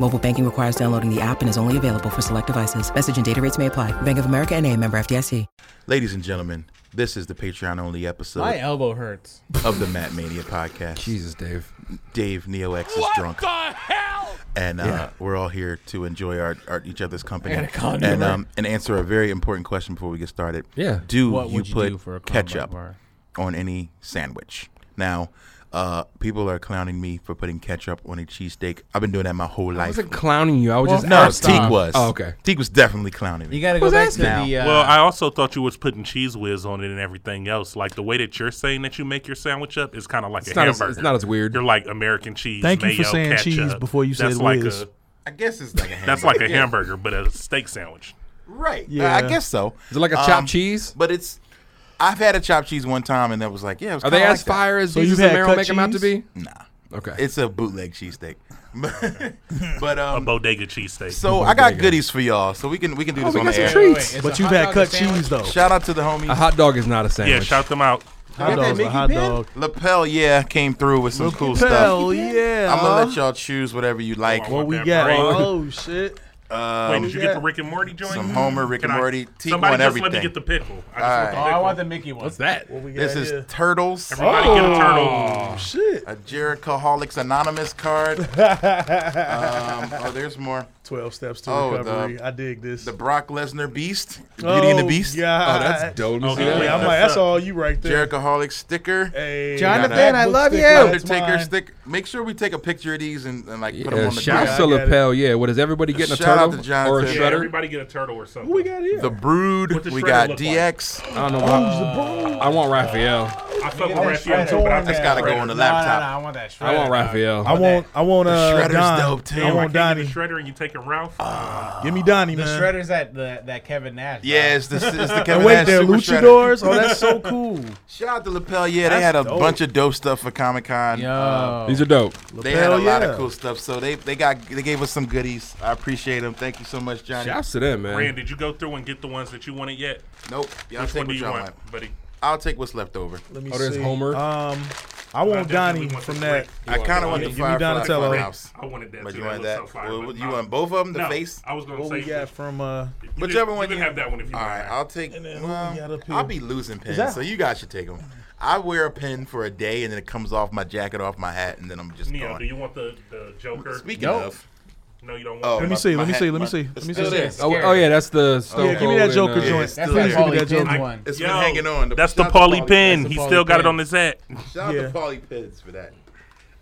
Mobile banking requires downloading the app and is only available for select devices. Message and data rates may apply. Bank of America and a member FDIC. Ladies and gentlemen, this is the Patreon only episode My elbow hurts. of the Matt Mania podcast. Jesus, Dave. Dave Neo X is drunk. And uh, we're all here to enjoy our, our each other's company gotta call and Newbert. um, and answer a very important question before we get started. Yeah. Do What you would you put do for a combo ketchup bar? on any sandwich? Now, uh, people are clowning me for putting ketchup on a cheesesteak. I've been doing that my whole I life. wasn't clowning you. I was just no, asking. Teak was. Oh, okay. Teak was definitely clowning me. You gotta go back to asking? the. Uh, Well, I also thought you was putting cheese whiz on it and everything else. Like the way that you're saying that you make your sandwich up is kind of like It's a not as- hamburger. it's not as weird. You're like American cheese. Thank you mayo, for saying ketchup. cheese before you that's said like whiz. A, I guess it's like a hamburger. that's like a hamburger, but a steak sandwich. Right. Yeah. Yeah. I guess so. Um, Is it like a chopped cheese? But it's. I've had a chopped cheese one time, and that was like, yeah. It was Are they kinda as like that. fire as So Jesus you've and had Meryl cut make them out to cheese? be? Nah. Okay. It's a bootleg cheesesteak. but A um, bodega cheesesteak. so I got goodies for y'all, so we can we can do this Oh, we on got the some air. treats. Uh-huh. it's But a you've hot had dog cut and sandwich. cheese though. Shout out to the homies. a hot dog is not a yeah, sandwich. shout them out. hot dog's a hot dog. Lapel, yeah, came through with some cool Hell stuff. yeah. I'm gonna let y'all choose whatever you like. Well, What we That got? brain. Oh shit. Wait, did you yeah. get the Rick and Morty joint? Some Homer, Rick Can and I- Morty, Teak Somebody want just let me everything. get the pickle. I just All want right. the Oh, I pickle. want the Mickey one. What's that? This is Turtles, Everybody get Oh. a turtle. Shit. a Jerichoholics Anonymous card. um, oh, there's more. Twelve steps to Oh, recovery. the- I dig this. The Brock Lesnar Beast, Beauty and the Oh, Beast, God. That's dope. Oh, Yeah, yeah. I'm like, that's all you right there. Jerichoholics sticker. Hey, Jonathan, got a I MacBook love stick. you. That's Undertaker mine. stick. Make sure we take a picture of these and, and like put them Yeah, on the ground. shouts to Yeah, I got lapel. Yeah, what is everybody getting a Shout out turtle to Jonathan. or a Yeah, Yeah, shredder? everybody get a turtle or something. What we got here? The Brood. What does we Shredder got look DX. I don't know. why- I want Raphael. I fuck with that Raphael shredder. too, but I That's think gotta go Shredder. on the No, no, no, laptop. I want that shredder. I want Raphael. I want, I want, uh, Shredder's Don. dope, too. I I want Can't you Donnie. get the shredder and you taking Ralph. Give me Donnie, The man. shredder's at the, that Kevin Nash. dog. Yeah, it's the, it's the Kevin And wait, Nash they're Super Shredder. luchadors. Oh, that's so cool. Shout out to Lapel. Yeah, they had a bunch of dope stuff for Comic Con. Yo. These are dope. They had a Lapel, lot yeah. of cool stuff. So they they got they gave us some goodies. I appreciate them. Thank you so much, Johnny. Shouts to them, man. Rand, did you go through and get the ones that you wanted yet? Nope. Y'all Which take one do what you y'all want, want. buddy? I'll take what's left over. Let me Oh, there's see. Homer. Um, I I want definitely Donnie want the from that. Rick. I kind of want the Give me Firefly Donatello. Funhouse. I wanted that. But too. you want looks that? so fire, Well, but you nah. want both of them? The face? I was gonna What say we got from uh, you Whichever can- one You you- can have that one if you All want. right, I'll take. then what we got Well, up I'll here? be losing pens, that- so you guys should take them. I wear a pen for a day, and then it comes off my jacket, off my hat, and then I'm just Neo, gone. do you want the, the Joker? Speaking of, no, you don't want. oh, Let that. me my- see, my let me hat- see, let me my- see, let it's me see. still there. It's oh, scary. oh, yeah, that's the Stone Yeah, give me that Cold Joker and, uh, joint. It's That's still that Please give me Paulie that Joker Pins joint. one. It's Yo, been hanging on. That's the shout out to Paulie pin. Pins. He That's the still Pauly got it Pin. on his hat. Shout out Yeah. to Paulie Pins for that.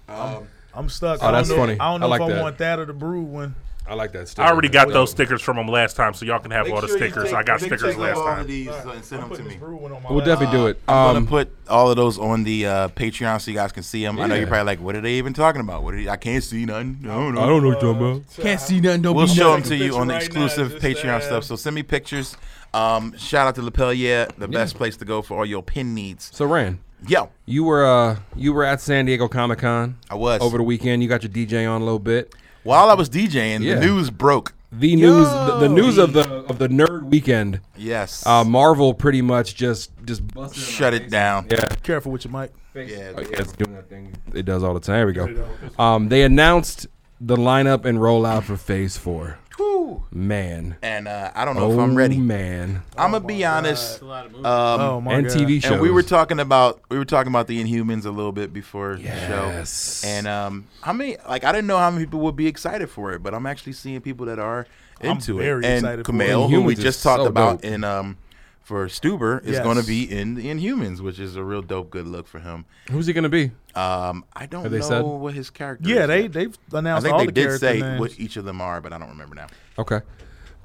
I'm stuck. Oh, I don't that's know- funny. I don't know I if like I that. want that or the brew one. I like that. Sticker, I already got man. those stickers from him last time, so y'all can have all the stickers. I got stickers last time. and send them to me. Brew one on my We'll lap. definitely do it. I'm gonna Um, put all of those on the uh, Patreon so you guys can see them. I know you're Yeah. probably like, "What are they even talking about? What? Are they- I can't see nothing. I don't know." I don't know what you're talking about. Can't see nothing. Don't We'll be show them nothing. to you on the Right now, exclusive just, Patreon uh, stuff. So send me pictures. Um, shout out to Lapelier, the best place to go for all your pin needs. So, Rand, Yo, you were uh, you were at San Diego Comic Con. I was. over the weekend. You got your DJ on a little bit. while I was DJing, Yeah. the news broke. The news, the, the news of the of the nerd weekend. Yes, Uh, Marvel pretty much just just busted. shut it down. Careful with your mic. Yeah, Oh, yeah, it's doing that thing it does all the time. Here we go. Um, they announced the lineup and rollout for Phase Four. Whew. Man, and uh, I don't know oh if I'm ready. man, I'm gonna be honest. Um, Oh my and god. TV shows. and we were talking about we were talking about the Inhumans a little bit before Yes. the show. And um, how many? Like I didn't know how many people would be excited for it, but I'm actually seeing people that are into very it. And excited for it. Kumail, who we Inhumans is just talked so about dope. in um, for Stuber is Yes. going to be in the Inhumans, which is a real dope good look for him. Who's he gonna be? Um, I don't Have they know said? what his character. Yeah, is they yet. they've I announced think all they the did character say names. what each of them are, but I don't remember now. Okay.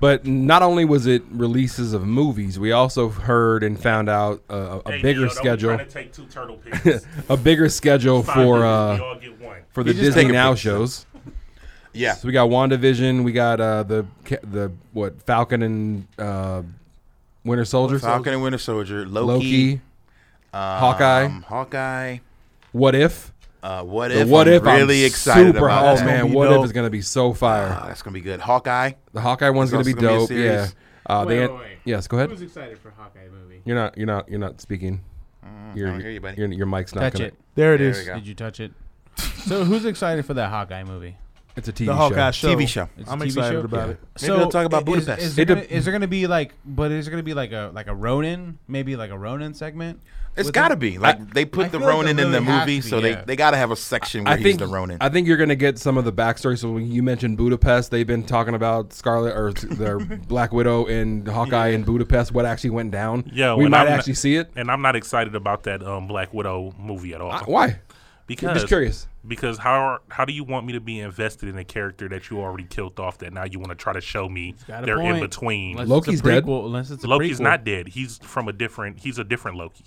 But not only was it releases of movies, we also heard and found out uh, a, a Hey, bigger Neo, don't be schedule, Trying to take two turtle pics. a bigger schedule Five for minutes, we uh, all get one. for the You just Disney take a Now picture. shows. Yeah, So we got WandaVision, we got uh, the ca- the what Falcon and uh, Winter Soldier, Falcon and Winter Soldier, Loki, Loki, Hawkeye, um, Hawkeye. What If? Uh, what The if? What I'm If? I'm Really excited super, about Oh that. man, be What If dope. is gonna be so fire. Uh, that's gonna be good. Hawkeye. the Hawkeye it's one's gonna be also gonna be a dope. yeah. series. Uh, Wait, they- wait, wait. Yes, go ahead. Who's excited for Hawkeye movie? You're not. You're not. You're not speaking. Your, I don't hear you, buddy. Your, your mic's not. Touch gonna- it. There it There is. we go. Did you touch it? so who's excited for that Hawkeye movie? It's a TV The Hawkeye show. show. TV show. It's a I'm TV excited show? about it. Maybe they'll talk about is- Budapest. Is, there It gonna, dep- is there gonna be like, but is there gonna be like a like a Ronin? Maybe like a Ronin segment. It's with got to him? be like they I put the feel like Ronin they in the really have movie, to be, so they, yeah. they got to have a section where I think he's the Ronin. I think you're gonna get some of the backstory. So when you mentioned Budapest, they've been talking about Scarlet or their Black Widow and Hawkeye in Budapest. What actually went down? Yeah, we and might I'm not- actually see it. And I'm not excited about that um, Black Widow movie at all. I- why? because just curious. Because how are- how do you want me to be invested in a character that you already killed off? That now you want to try to show me Got a they're in point. between. Unless Loki's it's a dead. prequel- Unless it's a Loki's prequel. not dead. He's from a different. He's a different Loki.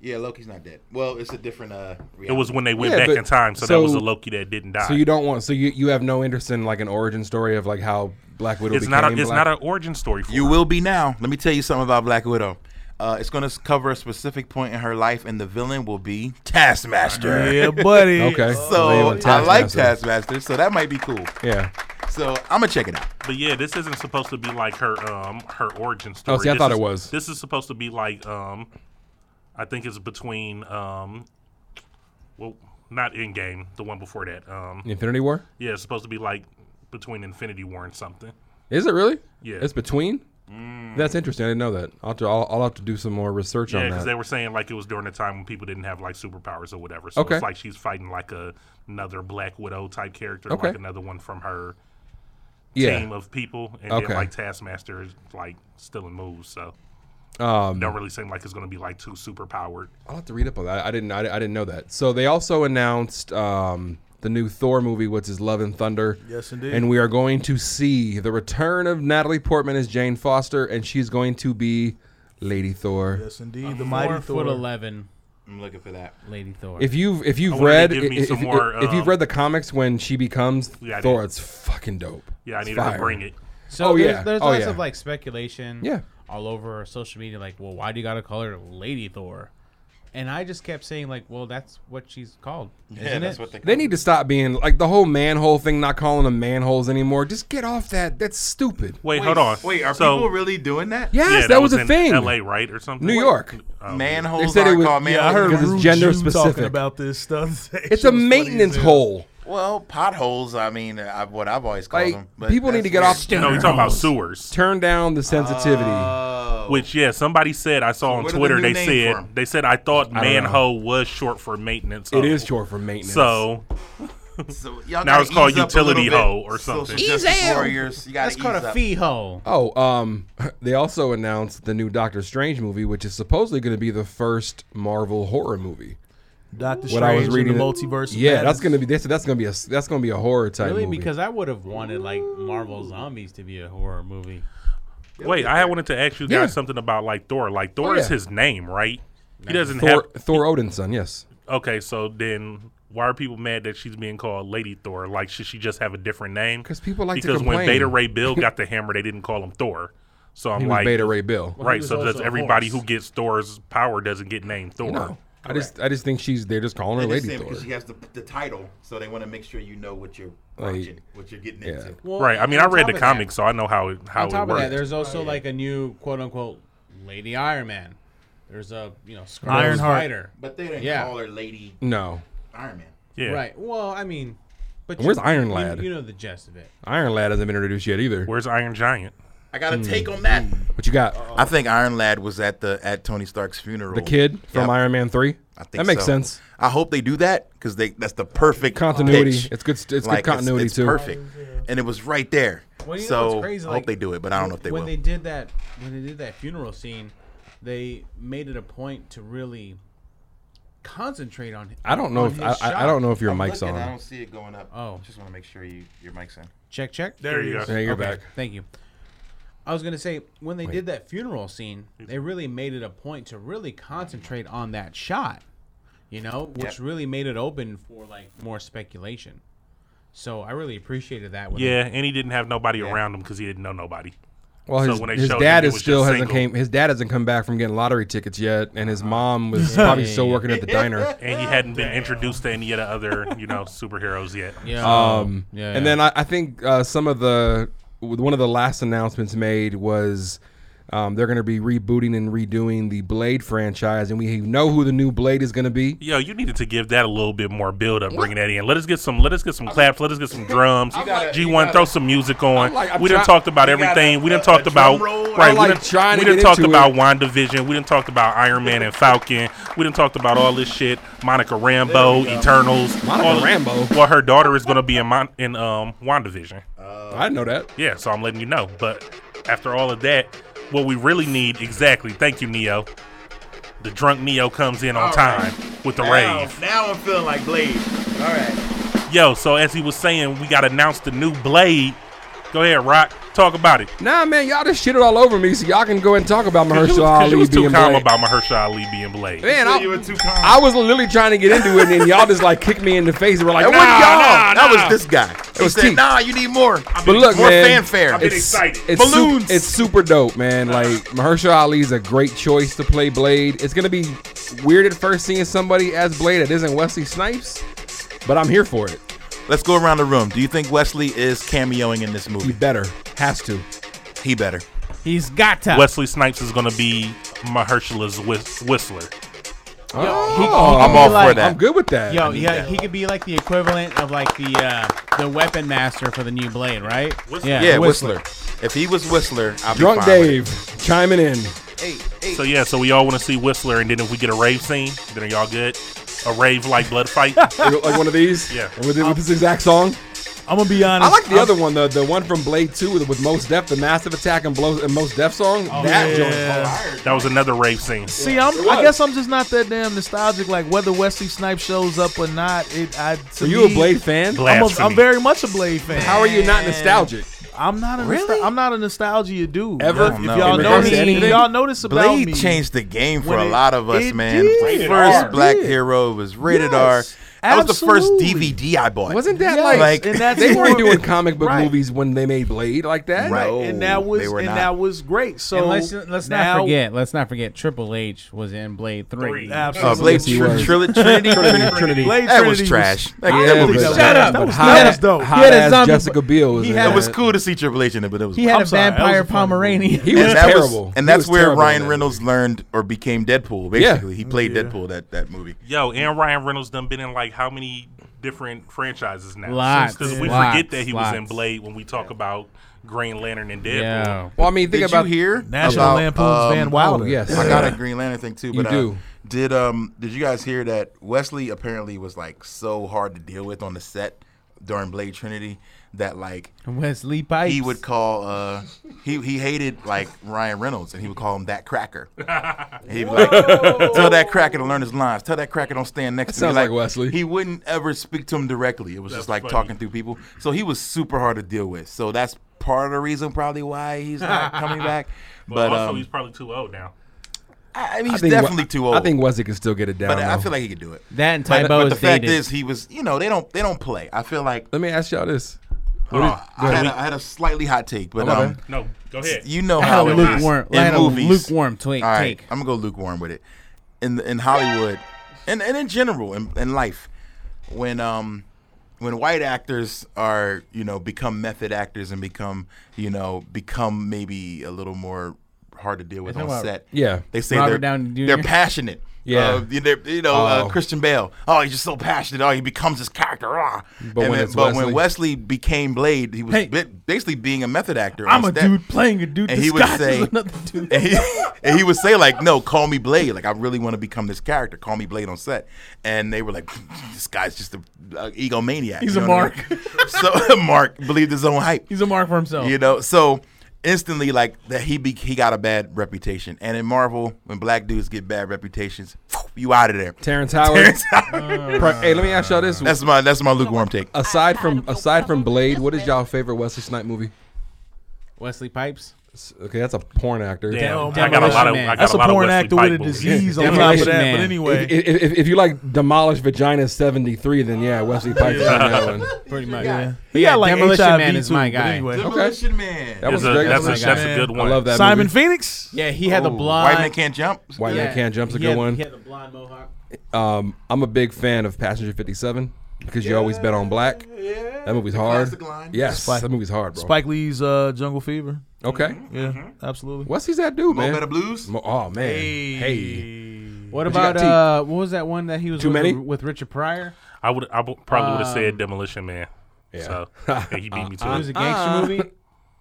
yeah, Loki's not dead. Well, it's a different. Uh, It was when they went Yeah, back but- in time, so, so- that was a Loki that didn't die. So you don't want. So you, you have no interest in like an origin story of like how Black Widow it's became not. A, it's Black- not an origin story for You her. will be now. Let me tell you something about Black Widow. Uh, it's going to cover a specific point in her life, and the villain will be Taskmaster. Yeah, buddy. Okay. They So went I like Taskmaster. Taskmaster, so that might be cool. Yeah. So I'm gonna check it out. But yeah, this isn't supposed to be like her um her origin story. Oh, see, I This thought is- it was. This is supposed to be like um, I think it's between um, well, not in game, the one before that. Um, Infinity War. yeah, it's supposed to be like between Infinity War and something. Is it really? Yeah. Mm. It's between. That's interesting. I didn't know that. I'll, have to- I'll, I'll have to do some more research Yeah, on because that. they were saying like it was during the time when people didn't have like superpowers or whatever. So Okay. it's like she's fighting like a, another Black Widow type character, Okay. like another one from her yeah. team of people, and Okay. then like Taskmaster is like still in moves. So Um, don't really seem like it's going to be like too superpowered. I'll have to read up on that. I didn't. I, I didn't know that. So they also announced um, the new Thor movie, which is Love and Thunder. Yes, indeed. And we are going to see the return of Natalie Portman as Jane Foster, and she's going to be Lady Thor. Yes, indeed. The mighty Four Thor. foot eleven, I'm looking for that. Lady Thor. If you've if you've wonder if read they if, give me if- some if- more, if you've um, read the comics when she becomes Yeah, I Thor, did. it's fucking dope. Yeah, I It's need fire. to bring it. So Oh, there's, yeah. there's Oh, lots yeah. of like speculation Yeah. all over social media, like, well, why do you gotta call her Lady Thor? And I just kept saying, like, well, that's what she's called. Isn't Yeah, that's it? what they. They need to stop being like the whole manhole thing. Not calling them manholes anymore. Just get off that. That's stupid. Wait, hold on. Wait, are so, people really doing that? Yes, Yeah, that, was, a in thing. L.A. right or something. New Wait, York. um, They Manholes said it aren't was- called Yeah, I manholes heard Because it's Rude gender Jew specific. talking about this stuff. today. It's She a was funny as maintenance hell. hole. Well, potholes. I mean, uh, I, what I've always called Like, them. people need that's to get weird. off- No, we're talking about Uh, sewers. Turn down the sensitivity. Which yeah, somebody said I saw on Oh. what are the Twitter. new They name said for 'em? they said I thought know. manhole was short for maintenance. It hole. is short for maintenance. So So y'all Now gotta it's called ease up a little utility bit. hoe or Social something. justice warriors. You gotta That's called ease a up. fee hole. oh, um, they also announced the new Doctor Strange movie, which is supposedly going to be the first Marvel horror movie. Doctor What Strange I was reading, and the multiverse. of Yeah, that's madness. going to be that's, that's going to be a s- that's going to be a horror type Really? movie. Because I would have wanted like Marvel Zombies to be a horror movie. wait, I wanted to ask you guys Yeah. Oh, something about like Thor. Like Thor is yeah. his name, right? He doesn't Thor, have. Thor Odinson, yes. Okay, so then why are people mad that she's being called Lady Thor? Like, should she just have a different name? 'Cause people like to because when complain. Beta Ray Bill got the hammer, they didn't call him Thor. So I'm He was like, Beta Ray Bill. right? was So does also a everybody horse. who gets Thor's power doesn't get named Thor? No, I just I just think she's they're just calling her They just Lady saying Thor. because she has the, the title, so they want to make sure you know what you're Like, watching, what you're getting into. Right. I mean, I on read top the of that- comics, so I know how it how on it top of works. that, there's Oh, also like a new quote unquote Lady Iron Man. There's a you know Scarlet Ironheart. Spider. But they didn't Yeah. call her Lady No, Iron Man. yeah. Right. Well, I mean, but Where's you- Iron you- Lad? You, know the gist of it. Iron Lad hasn't been introduced yet either. Where's Iron Giant? I got a take Mm. on that. What you got? I think Iron Lad was at the at Tony Stark's funeral. the kid from Yep. Iron Man Three. I think that makes so. sense. I hope they do that because they that's the perfect Continuity. pitch. It's good- it's good Like, continuity, it's too. Perfect. and it was right there. Well, you know so what's crazy? I Like, hope they do it, but I don't know if they when will. they did that, when they did that funeral scene, they made it a point to really concentrate on. I don't know on if his I, I, I shot. don't know if your mic's on. I don't see it going up. Oh. Just want to make sure you your mic's in. Check, check. There you go. Yeah, you're Okay, back. Thank you. I was gonna say when they did that funeral scene, they really made it a point to really concentrate on that shot, you know, which really made it open for like more speculation. So I really appreciated that. When Yeah, and he didn't have nobody around him because he didn't know nobody. Well, So his, when they his showed dad him, he is was still just hasn't single. came. His dad hasn't come back from getting lottery tickets yet, and his mom was probably still working at the diner. And he hadn't been introduced to any of the other, you know, superheroes yet. they- yeah, Oh, Um, Yeah, and yeah. then I, I think uh, some of the with one of the last announcements made was um, they're going to be rebooting and redoing the Blade franchise, and we know who the new Blade is going to be. Yo, you needed to give that a little bit more build up, bringing that in. Let us get some, let us get some claps, let us get some drums. gotta- G you one, gotta- throw some music on. like- I'm we didn't try- talked about you gotta- everything. We a- didn't talked a about drum roll. right. I'm, like, we didn't, trying to we didn't get talked into about WandaVision. We didn't talked about Iron Man and Falcon. We didn't talked about all this shit. Monica Rambo, Eternals. Monica all- Rambo? Well, her daughter is gonna be in Mon- in um WandaVision. Uh, I didn't know that. Yeah, so I'm letting you know. But after all of that, what we really need exactly, thank you, Neo. The drunk Neo comes in on All time with the now, rave. Now I'm feeling like Blade. All right. Yo, so as he was saying, we got announced the new Blade. Go ahead, Rock. Talk about it. Nah, man, y'all just shit it all over me, so y'all can go and talk about Cause you Mahershala was, 'cause Ali you was too being calm Blade. about Mahershala Ali being Blade. Man, So I, you were too I calm. was literally trying to get into it, and then y'all just like kicked me in the face and were like, That nah, wasn't y'all. nah, that nah." was this guy. He was said, Teak. "Nah, you need more." But look, more man, fanfare. been excited. It's su- Balloons. it's super dope, man. Like Mahershala Ali is a great choice to play Blade. It's gonna be weird at first seeing somebody as Blade that isn't Wesley Snipes, but I'm here for it. Let's go around the room. Do you think Wesley is cameoing in this He movie? better has to. He better. he's got to. Wesley Snipes is going to be Mahershala's whis- Whistler. Oh, I'm all like- for that. I'm good with that. Yo, yeah, he could be like the equivalent of like the uh, the weapon master for the new Blade, right? Yeah, Whistler. If he was Whistler, I'd be Drunk fine with it. Dave chiming in. So yeah, so we all want to see Whistler, and then if we get a rave scene, then are y'all good? A rave like blood fight? like one of these. Yeah. And with, with this exact song. I'm gonna be honest. I like the other one, the the one from Blade Two with, with Most Def, the Massive Attack and Blow and Most Def song. Oh, that joint. that was another rave scene. See, I'm, I guess I'm just not that damn nostalgic. Like whether Wesley Snipes shows up or not, it. I, to Are you a me, Blade fan? I'm, a, Blasphemy. I'm very much a Blade fan. How are you not nostalgic? I'm not a really? I'm not a nostalgia dude. Ever? If Oh, no. y'all In know regards to me, anything? y'all know this about Blade me. changed the game for When a it- lot of us, it man. did. First Rated R. Black Did. Hero was rated Yes, R. That was the first absolutely. DVD I bought. Wasn't that Yes, like, and that's they weren't what- doing comic book Right. movies when they made Blade like that? Right. Right, and that No, was they and were not. that was great. So And let's let's now, not forget. Let's not forget. Triple H was in Blade Three. Three. uh, Absolutely. Blade Yes, he Tr- was. Tril- Trinity? Trinity, Trinity. Blade That was Trinity trash. That- I that don't movie think was- that Shut was- up. That was, Hot that ass- was dope. Hot He had a ass zombie- Jessica Biel was um, he in had- that. It was cool to see Triple H in it, but it was. He had I'm a sorry, that was vampire a funny Pomeranian. He was and that terrible. was, He and that's was where terrible in Ryan that Reynolds learned or became Deadpool. Basically, he played Deadpool that that movie. Yo, and Ryan Reynolds done been in like how many different franchises now? Lots, Because we lots, forget that he was in lots. Blade when we talk about Green Lantern and Deadpool. Yeah. Well, I mean, think Did about you hear National about, Lampoon's um, Van Wilder. Oh, yes. I got a Green Lantern thing too, You but do. Uh, did um did you guys hear that Wesley apparently was like so hard to deal with on the set during Blade Trinity that like Wesley Pipes. he would call uh he he hated like Ryan Reynolds and he would call him that cracker. He'd be like, tell that cracker to learn his lines. Tell that cracker don't stand next to me. sounds like Wesley. He wouldn't ever speak to him directly. It was just like talking through people. So he was super hard to deal with. So that's part of the reason probably why he's not coming back. But But also, um, he's probably too old now. I I mean, I he's think- definitely too old. I think Wesley can still get it down. but I though. feel like he could do it. that and But, Tybo but is the fact dated. is, he was. You know, they don't. They don't play. I feel like. Let me ask y'all this. Oh, I, had ahead. a, I had a slightly hot take, but my um, bad. No, go ahead. you know I had how a it is lukewarm- I in had a movies. lukewarm twink- All right, take. I'm gonna go lukewarm with it. In in Hollywood, and and in general, in, in life, when um when white actors are you know become method actors and become you know become maybe a little more hard to deal with You're on talking about set. Yeah. they say Robert they're Downey Jr.? they're passionate. Yeah. Uh, you know, you know, uh, Oh. Christian Bale. Oh, he's just so passionate. Oh, he becomes his character. Ah. But And when then- it's but Wesley- when Wesley became Blade, he was Hey. bi- basically being a method actor. I'm on a step. dude playing a dude And he would disguised as say, another dude. and he, and he would say like, "No, call me Blade. Like, I really want to become this character. Call me Blade on set." And they were like, "This guy's just a, a egomaniac. He's You a know what I mark. mean? so Mark believed his own hype. He's a mark for himself. You know, so instantly like that he be, he got a bad reputation. And in Marvel, when black dudes get bad reputations, you out of there. Terrence Howard. Pri- hey, let me ask y'all this: That's my that's my lukewarm take. aside from aside from Blade, what is y'all favorite Wesley Snipe movie? Wesley Pipes. S- Okay, that's a porn actor. Damn, Damn, I got a lot of. Demolition Man. I got That's a lot of porn Wesley actor Pike with a movies. disease on top of Demolition that. Man. But If, anyway, if, if, if you like demolish vagina seventy three, then yeah, Wesley Pipes is on that one. Pretty much. he Yeah, got like Demolition HIV Man is too, my but guy. anyway. Demolition Man. That That's was a, great. that's, That's a, that's a man. good I one. love that Simon movie. Phoenix. Yeah, he had the blonde. White man can't jump. White Man Can't Jump's a he good had- one. He had the blonde mohawk. Um, I'm a big fan of Passenger 57 because you always bet on black. Yeah, that movie's hard. Classic line. Yes, Spike- that movie's hard, bro. Spike Lee's uh, Jungle Fever. Okay, Yeah, absolutely. what's he's that dude, Mo man? Better Blues. Mo- oh man, hey. What But you about got uh? What was that one that he was Too with, many? with Richard Pryor? I would. I would- probably would have said Demolition Man. Yeah. So Uh, yeah, he beat me to It Uh, it. was a gangster movie.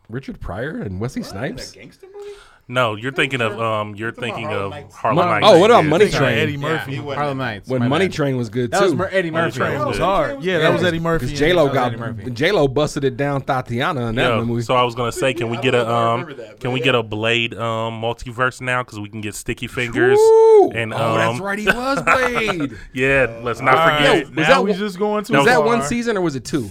Richard Pryor and Wesley Snipes. Gangster movie? No, you're thinking of um, you're thinking of Harlem Mon- Nights. oh, what about Yeah. Money Think about Eddie Train? Murphy. Yeah. Harlem Nights. When Oh, my Money bad. Train was good That too. was Mer- Eddie Money Murphy. Train That was Yeah. hard. Yeah, that was Eddie Murphy. Because J Lo That was Eddie got Murphy. J Lo busted it down Tatiana in that Yeah, movie. So I was gonna say, can we get a I um, remember that, can but we yeah. get a Blade um multiverse now? Because we can get Sticky Fingers Ooh. and um, oh, that's right, he was Blade. yeah. Let's not right. Was forget. Was that that we one- just going uh, too was that far. one season or was it two?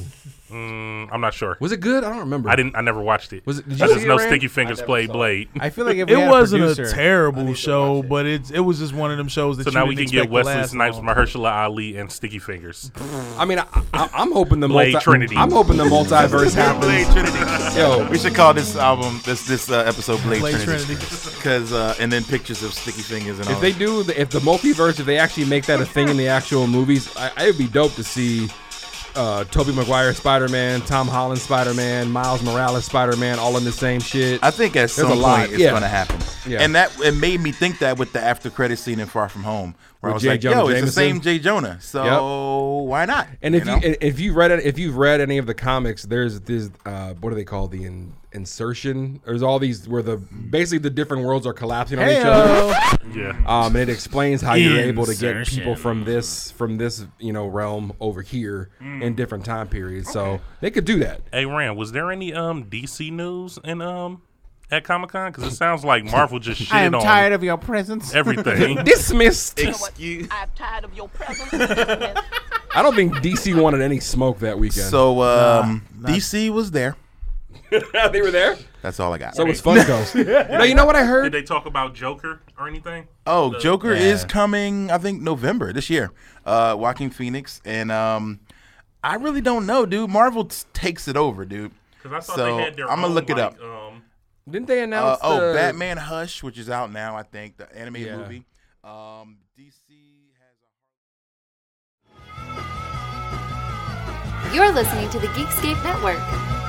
Mm, I'm not sure. Was it good? I don't remember. I didn't. I never watched it. Was it- did I you just see it, know Rand? Sticky Fingers played Blade. I feel like if we It had wasn't a, a producer, terrible show, but it's it was just one of them shows that So you now we didn't can get expect to Wesley last Snipes, long. Mm-hmm. Mahershala Ali, and Sticky Fingers. I mean, I, I, I'm hoping the Blade multi- Trinity. I'm hoping the multiverse happens. Blade Trinity. Yo, We should call this album this this uh, episode Blade, Blade Trinity. Trinity. Because uh, and then pictures of sticky fingers and all. If they that. do, if the multiverse, if they actually make that a thing in the actual movies, I, it'd be dope to see uh, Tobey Maguire Spider Man, Tom Holland Spider Man, Miles Morales Spider Man, all in the same shit. I think at some a point lot, it's yeah. gonna happen. Yeah. And that it made me think that with the after credit scene in Far From Home, where I was With J. like, Jonah yo, it's the Jameson. same Jay Jonah. So why not? and if you, know? and if you read it, if you've read any of the comics, there's this uh, what do they call the in, insertion? There's all these where the basically the different worlds are collapsing on each other. Yeah. Mm-hmm. Um, and it explains how you're able to get people from this from this you know realm over here in different time periods. So they could do that. Hey Rand, was there any um DC news in um at Comic Con? Because it sounds like Marvel just shitted I am on tired of your presence. everything. Dismissed. Excuse- I'm tired of your presence. I don't think DC wanted any smoke that weekend. So um, DC was there. they were there. That's all I got. So it was Funko. no, you know what I Did heard? they talk about Joker or anything? Oh, Joker is coming. I think November this year. Uh, Joaquin Phoenix and um, I really don't know, dude. Marvel t- takes it over, dude. Because I thought So, they had their. I'm gonna own, look it like, up. Um, Didn't they Uh, announce? oh, the- Batman Hush, which is out now, I think the animated Yeah. movie. Um, DC has. You're listening to the Geekscape Network.